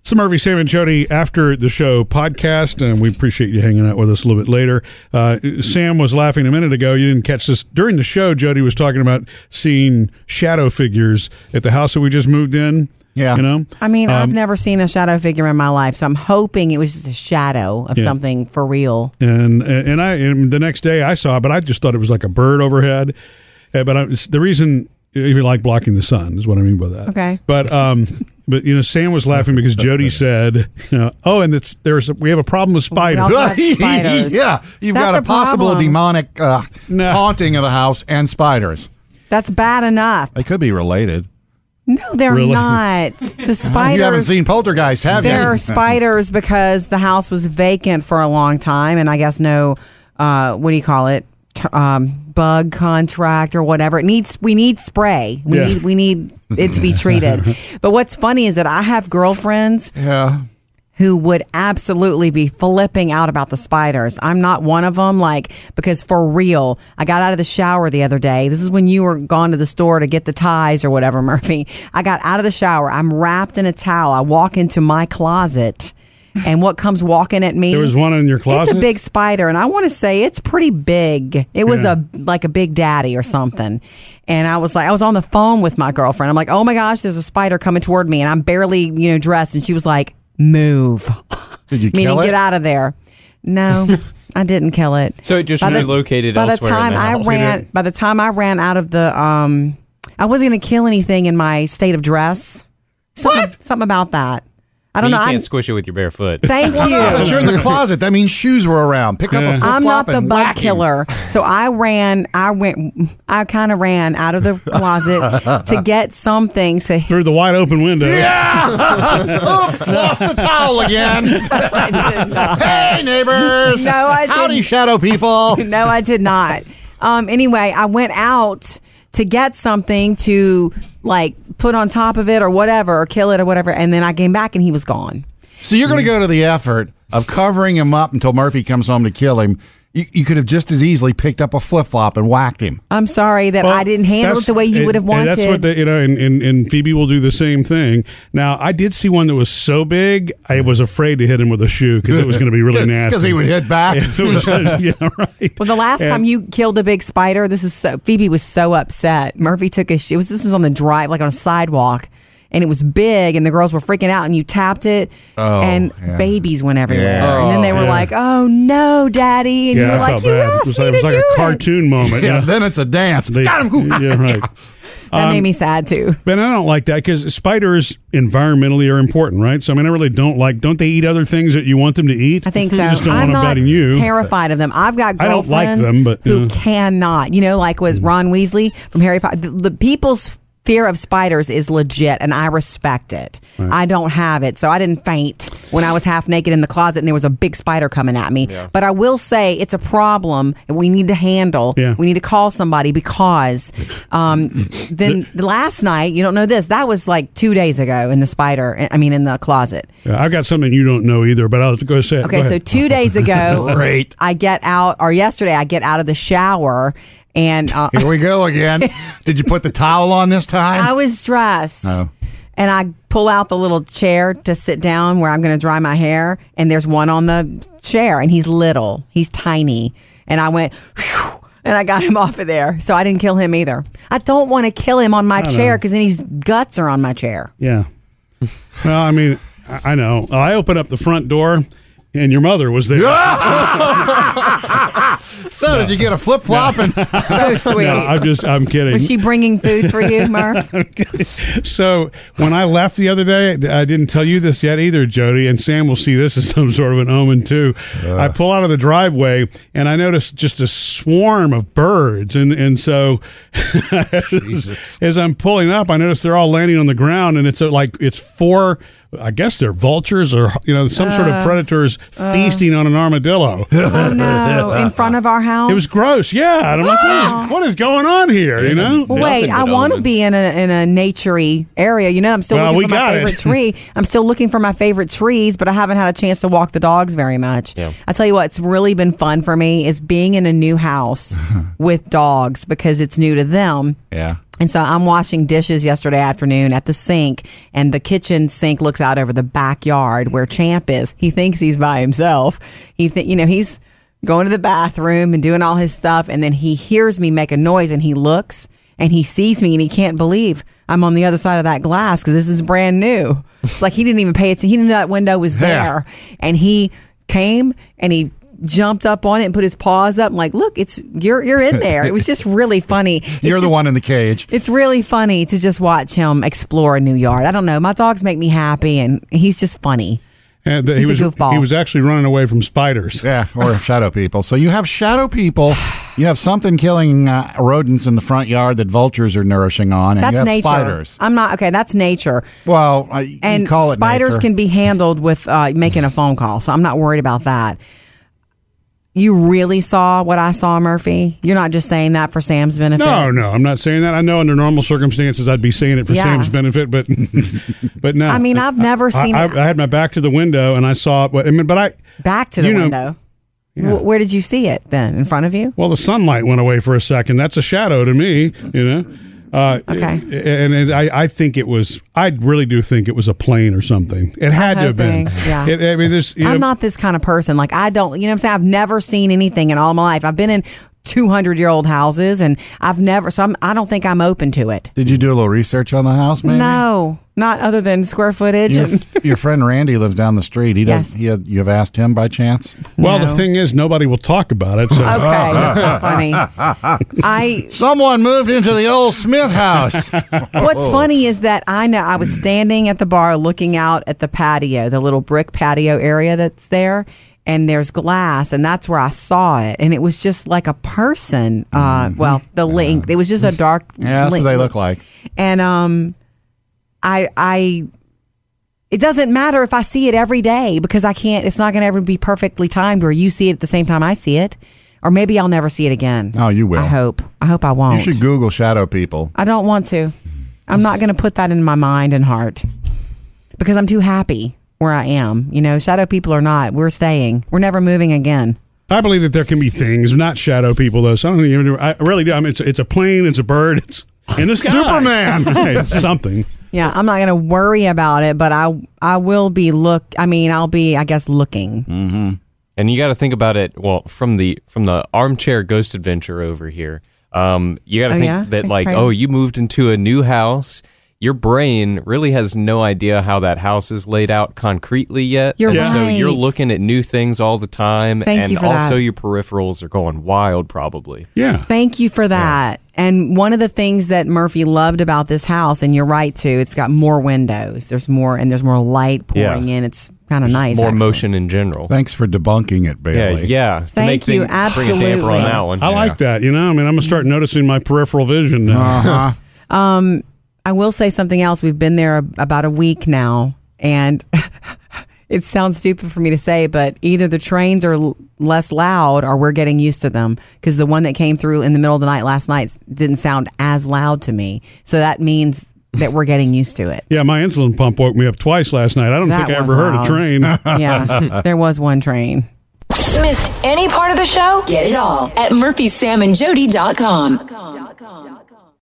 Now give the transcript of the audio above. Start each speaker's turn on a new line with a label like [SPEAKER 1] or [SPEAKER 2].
[SPEAKER 1] It's the Murphy, Sam, and Jody after the show podcast, and we appreciate you hanging out with us a little bit later. Uh, Sam was laughing a minute ago. You didn't catch this. During the show, Jody was talking about seeing shadow figures at the house that we just moved in.
[SPEAKER 2] Yeah.
[SPEAKER 1] You know?
[SPEAKER 3] I mean, I've
[SPEAKER 1] Um,
[SPEAKER 3] never seen a shadow figure in my life, so I'm hoping it was just a shadow of something for real.
[SPEAKER 1] and and I and the next day I saw, it, but I just thought it was like a bird overhead. Uh, But I, it's the reason if you like blocking the sun is what I mean by that.
[SPEAKER 3] Okay.
[SPEAKER 1] But um, but you know, Sam was laughing because Jody said, you know, "Oh, and it's there's we have a problem with spiders."
[SPEAKER 3] We also have spiders.
[SPEAKER 2] yeah, you've
[SPEAKER 3] That's
[SPEAKER 2] got a, possible
[SPEAKER 3] problem.
[SPEAKER 2] demonic uh,
[SPEAKER 1] No.
[SPEAKER 2] haunting of the house and spiders.
[SPEAKER 3] That's bad enough.
[SPEAKER 2] They could be related.
[SPEAKER 3] No, they're
[SPEAKER 1] Really?
[SPEAKER 3] not. The
[SPEAKER 2] you haven't
[SPEAKER 3] spiders.
[SPEAKER 2] seen Poltergeist, have you?
[SPEAKER 3] There are spiders because the house was vacant for a long time, and I guess no, uh, what do you call it? T- um, bug contract or whatever. It needs we need spray. We
[SPEAKER 1] Yeah.
[SPEAKER 3] need we need it to be treated. but what's funny is that I have girlfriends
[SPEAKER 2] yeah.
[SPEAKER 3] who would absolutely be flipping out about the spiders. I'm not one of them, like, because for real, I got out of the shower the other day. This is when you were gone to the store to get the ties or whatever, Murphy. I got out of the shower. I'm wrapped in a towel. I walk into my closet, and what comes walking at me?
[SPEAKER 1] There was one in your closet.
[SPEAKER 3] It's a big spider, and I want to say it's pretty big. It was a like a big daddy or something. And I was like, I was on the phone with my girlfriend. I'm like, oh my gosh, there's a spider coming toward me, and I'm barely you know dressed. And she was like, move,
[SPEAKER 2] Did you
[SPEAKER 3] meaning
[SPEAKER 2] kill it?
[SPEAKER 3] get out of there. No, I didn't kill it.
[SPEAKER 4] So it just
[SPEAKER 3] By the-
[SPEAKER 4] relocated
[SPEAKER 3] by
[SPEAKER 4] elsewhere
[SPEAKER 3] the
[SPEAKER 4] in
[SPEAKER 3] time
[SPEAKER 4] the
[SPEAKER 3] I
[SPEAKER 4] house.
[SPEAKER 3] ran. By the time I ran out of the, um, I wasn't going to kill anything in my state of dress. Something, what? Something about that. I don't
[SPEAKER 4] you
[SPEAKER 3] know.
[SPEAKER 4] can't
[SPEAKER 3] I'm-
[SPEAKER 4] squish it with your bare foot.
[SPEAKER 3] thank you.
[SPEAKER 2] Yeah, but you're in the closet. That means shoes were around. Pick up a flip
[SPEAKER 3] I'm not the
[SPEAKER 2] and
[SPEAKER 3] bug
[SPEAKER 2] whack him.
[SPEAKER 3] killer. So I ran, I went, I kind of ran out of the closet to get something to hit.
[SPEAKER 1] through the wide open window.
[SPEAKER 2] Yeah! Oops, lost the towel again. hey, neighbors.
[SPEAKER 3] No, I
[SPEAKER 2] Howdy,
[SPEAKER 3] didn't.
[SPEAKER 2] shadow people.
[SPEAKER 3] No, I did not. Um, anyway, I went out to get something to like put on top of it or whatever, or kill it or whatever. And then I came back and he was gone.
[SPEAKER 2] So you're going to go to the effort of covering him up until Murphy comes home to kill him. You, you could have just as easily picked up a flip flop and whacked him.
[SPEAKER 3] I'm sorry that I didn't handle it
[SPEAKER 1] That's-
[SPEAKER 3] the way you
[SPEAKER 1] and-
[SPEAKER 3] would have
[SPEAKER 1] and
[SPEAKER 3] wanted.
[SPEAKER 1] That's what they, you know, and, and, and Phoebe will do the same thing. Now, I did see one that was so big, I was afraid to hit him with a shoe because it was going to be really nasty.
[SPEAKER 2] Because he would hit back.
[SPEAKER 1] It was- yeah, right.
[SPEAKER 3] Well, the last time you killed a big spider, this is so, Phoebe was so upset. Murphy took his shoe. It was, this was on the drive, like on a sidewalk, and it was big, and the girls were freaking out, and you tapped it,
[SPEAKER 2] Oh,
[SPEAKER 3] and
[SPEAKER 2] yeah.
[SPEAKER 3] babies went everywhere.
[SPEAKER 2] Yeah.
[SPEAKER 3] And then they were
[SPEAKER 1] Yeah.
[SPEAKER 3] like, "Oh no, daddy!" And
[SPEAKER 1] Yeah,
[SPEAKER 3] you were
[SPEAKER 1] I
[SPEAKER 3] like,
[SPEAKER 1] felt
[SPEAKER 3] "You
[SPEAKER 1] bad. It
[SPEAKER 3] asked
[SPEAKER 1] was
[SPEAKER 3] me
[SPEAKER 1] like, it was
[SPEAKER 3] to
[SPEAKER 1] like
[SPEAKER 3] do
[SPEAKER 1] a
[SPEAKER 3] it."
[SPEAKER 1] cartoon moment.
[SPEAKER 2] Yeah,
[SPEAKER 1] yeah.
[SPEAKER 2] then it's a dance.
[SPEAKER 1] They-
[SPEAKER 2] Got him.
[SPEAKER 1] yeah, right.
[SPEAKER 3] That made
[SPEAKER 1] Um,
[SPEAKER 3] me sad too.
[SPEAKER 1] But I don't like that because spiders environmentally are important, right? So I mean, I really don't like. Don't they eat other things that you want them to eat?
[SPEAKER 3] I think so.
[SPEAKER 1] You just don't
[SPEAKER 3] I'm
[SPEAKER 1] want them
[SPEAKER 3] not
[SPEAKER 1] biting you.
[SPEAKER 3] terrified of them. I've got
[SPEAKER 1] I don't
[SPEAKER 3] girlfriends
[SPEAKER 1] like them, but, uh, Hmm.
[SPEAKER 3] who
[SPEAKER 1] yeah.
[SPEAKER 3] cannot. You know, like was Ron Weasley from Harry Potter. The, the people's fear of spiders is legit, and I respect it. I don't have it, so I didn't faint when I was half naked in the closet and there was a big spider coming at me. But I will say it's a problem and we need to handle.
[SPEAKER 1] Yeah.
[SPEAKER 3] We need to call somebody because um, then last night you don't know this. That was like two days ago in the spider. I mean, in the closet.
[SPEAKER 1] Yeah, I've got something you don't know either, but I'll go say it.
[SPEAKER 3] Okay,
[SPEAKER 1] Go
[SPEAKER 3] so
[SPEAKER 1] ahead.
[SPEAKER 3] two days ago,
[SPEAKER 2] Great.
[SPEAKER 3] I get out, or yesterday, I get out of the shower and uh,
[SPEAKER 2] Here we go again. Did you put the towel on this time?
[SPEAKER 3] I was dressed.
[SPEAKER 2] Oh.
[SPEAKER 3] And I pull out the little chair to sit down where I'm going to dry my hair, and there's one on the chair, and he's little, he's tiny, and I went, "Phew," and I got him off of there, so I didn't kill him either. I don't want to kill him on my chair because then his guts are on my chair.
[SPEAKER 1] Yeah. Well, I mean, I I know. I opened up the front door, and your mother was there.
[SPEAKER 2] so did you get a flip flop? And
[SPEAKER 3] So sweet.
[SPEAKER 1] No, I'm just, I'm kidding.
[SPEAKER 3] was she bringing food for you, Murph?
[SPEAKER 1] so when I left the other day, I didn't tell you this yet either, Jody, and Sam will see this as some sort of an omen too. I pull out of the driveway and I notice just a swarm of birds, and and so as, as I'm pulling up, I notice they're all landing on the ground, and it's uh, like it's four. I guess they're vultures or you know some sort
[SPEAKER 3] Uh,
[SPEAKER 1] of predators feasting on an armadillo.
[SPEAKER 3] oh no, in front of our house.
[SPEAKER 1] It was gross, yeah. And I'm like, what is, what is going on here? You know,
[SPEAKER 3] Well, wait,
[SPEAKER 4] Nothing
[SPEAKER 3] I
[SPEAKER 4] but
[SPEAKER 3] want to
[SPEAKER 4] almonds.
[SPEAKER 3] be in a in a naturey area. You know, I'm still
[SPEAKER 1] Well, we
[SPEAKER 3] looking for my
[SPEAKER 1] got it.
[SPEAKER 3] favorite tree. I'm still looking for my favorite trees, but I haven't had a chance to walk the dogs very much. I tell you what, it's really been fun for me is being in a new house with dogs because it's new to them.
[SPEAKER 2] yeah.
[SPEAKER 3] And so I'm washing dishes yesterday afternoon at the sink, and the kitchen sink looks out over the backyard where Champ is. He thinks he's by himself. He, th- you know, he's going to the bathroom and doing all his stuff, and then he hears me make a noise, and he looks and he sees me, and he can't believe I'm on the other side of that glass because this is brand new. It's like he didn't even pay attention. He didn't know that window was there, and he came and he jumped up on it and put his paws up. I'm like, look, it's you're you're in there. It was just really funny. It's
[SPEAKER 2] You're the
[SPEAKER 3] just-
[SPEAKER 2] one in the cage.
[SPEAKER 3] it's really funny to just watch him explore a new yard. I don't know. My dogs make me happy, and he's just funny.
[SPEAKER 1] And the, he
[SPEAKER 3] He's
[SPEAKER 1] was
[SPEAKER 3] a goofball.
[SPEAKER 1] he was actually running away from spiders.
[SPEAKER 2] Yeah, or shadow people. So you have shadow people. You have something killing uh, rodents in the front yard that vultures are nourishing on, and
[SPEAKER 3] That's
[SPEAKER 2] you have
[SPEAKER 3] nature.
[SPEAKER 2] spiders.
[SPEAKER 3] I'm not okay. That's nature,
[SPEAKER 2] Well, I, you
[SPEAKER 3] and
[SPEAKER 2] call it
[SPEAKER 3] spiders
[SPEAKER 2] nature.
[SPEAKER 3] can be handled with uh, making a phone call. So I'm not worried about that. You really saw what I saw, Murphy. You're not just saying that for Sam's benefit.
[SPEAKER 1] No, no, I'm not saying that. I know under normal circumstances I'd be saying it for
[SPEAKER 3] Yeah.
[SPEAKER 1] Sam's benefit, but but no.
[SPEAKER 3] I mean, I've never seen
[SPEAKER 1] I,
[SPEAKER 3] it-
[SPEAKER 1] I, I had my back to the window and I saw it. But I mean, but I
[SPEAKER 3] Back to the
[SPEAKER 1] You know-
[SPEAKER 3] window. Wh- where did you see it then? In front of you?
[SPEAKER 1] well, the sunlight went away for a second. That's a shadow to me, you know. Uh,
[SPEAKER 3] Okay.
[SPEAKER 1] and, and I, I think it was. I really do think it was a plane or something. It had to have been.
[SPEAKER 3] hoping, yeah.
[SPEAKER 1] It, I mean, there's. You
[SPEAKER 3] I'm
[SPEAKER 1] know,
[SPEAKER 3] not this kind of person. Like I don't, you know what I'm saying? I've never seen anything in all my life. I've been in 200 year old houses and I've never, so I'm, I don't think I'm open to it.
[SPEAKER 2] Did you do a little research on the house, maybe?
[SPEAKER 3] No, not other than square footage.
[SPEAKER 2] Your,
[SPEAKER 3] and-
[SPEAKER 2] your friend Randy lives down the street. He does.
[SPEAKER 3] Yes.
[SPEAKER 2] He had, you have asked him by chance.
[SPEAKER 1] well,
[SPEAKER 3] No.
[SPEAKER 1] the thing is, nobody will talk about it. So
[SPEAKER 3] okay, that's not funny. I,
[SPEAKER 2] Someone moved into the old Smith house.
[SPEAKER 3] what's
[SPEAKER 1] Oh.
[SPEAKER 3] funny is that I know I was standing at the bar looking out at the patio, the little brick patio area that's there. And there's glass, and that's where I saw it. And it was just like a person. Uh,
[SPEAKER 1] Mm-hmm.
[SPEAKER 3] well, the link. It was just a dark.
[SPEAKER 2] yeah, that's what
[SPEAKER 3] link-
[SPEAKER 2] they look like.
[SPEAKER 3] and um i i it doesn't matter if i see it every day because i can't it's not going to ever be perfectly timed where you see it at the same time i see it or maybe i'll never see it again
[SPEAKER 2] Oh, you will.
[SPEAKER 3] i hope i hope i won't
[SPEAKER 2] You should Google shadow people.
[SPEAKER 3] i don't want to i'm not going to put that in my mind and heart because i'm too happy where i am you know shadow people are not we're staying we're never moving again
[SPEAKER 1] I believe that there can be things, not shadow people, though. So I don't think you I really do. I mean, it's, it's a plane, it's a bird, it's in the sky.
[SPEAKER 2] Superman.
[SPEAKER 1] Right, something.
[SPEAKER 3] Yeah, I'm not going to worry about it, but I I will be look. I mean, I'll be, I guess, looking.
[SPEAKER 4] And you got to think about it. Well, from the from the armchair ghost adventure over here, um, you got to
[SPEAKER 3] Oh,
[SPEAKER 4] think
[SPEAKER 3] yeah?
[SPEAKER 4] that
[SPEAKER 3] Think
[SPEAKER 4] like,
[SPEAKER 3] right-
[SPEAKER 4] oh, you moved into a new house. Your brain really has no idea how that house is laid out concretely yet.
[SPEAKER 3] You're
[SPEAKER 4] and So you're
[SPEAKER 3] right.
[SPEAKER 4] looking at new things all the time,
[SPEAKER 3] Thank
[SPEAKER 4] and
[SPEAKER 3] you for
[SPEAKER 4] also
[SPEAKER 3] that.
[SPEAKER 4] your peripherals are going wild, probably.
[SPEAKER 1] Yeah.
[SPEAKER 3] Thank you for that. And one of the things that Murphy loved about this house, and you're right too, it's got more windows. There's more, and there's more light
[SPEAKER 4] Yeah.
[SPEAKER 3] pouring in. It's kind of nice.
[SPEAKER 4] More
[SPEAKER 3] actually.
[SPEAKER 4] motion in general.
[SPEAKER 2] Thanks for debunking it,
[SPEAKER 4] yeah,
[SPEAKER 2] Bailey.
[SPEAKER 4] yeah. To
[SPEAKER 3] Thank
[SPEAKER 4] make
[SPEAKER 3] you,
[SPEAKER 4] things- Bring a damper
[SPEAKER 3] absolutely.
[SPEAKER 4] on that one.
[SPEAKER 1] I like that. You know, I mean, I'm going to start noticing my peripheral vision now.
[SPEAKER 3] Uh-huh. I will say something else. We've been there a- about a week now, and it sounds stupid for me to say, but either the trains are l- less loud or we're getting used to them because the one that came through in the middle of the night last night didn't sound as loud to me. So that means that we're getting used to it.
[SPEAKER 1] Yeah, my insulin pump woke me up twice last night. I don't
[SPEAKER 3] That
[SPEAKER 1] think I
[SPEAKER 3] was
[SPEAKER 1] ever heard
[SPEAKER 3] loud.
[SPEAKER 1] a train.
[SPEAKER 3] Yeah, there was one train.
[SPEAKER 5] Missed any part of the show? Get it all at murphysamandjody.com.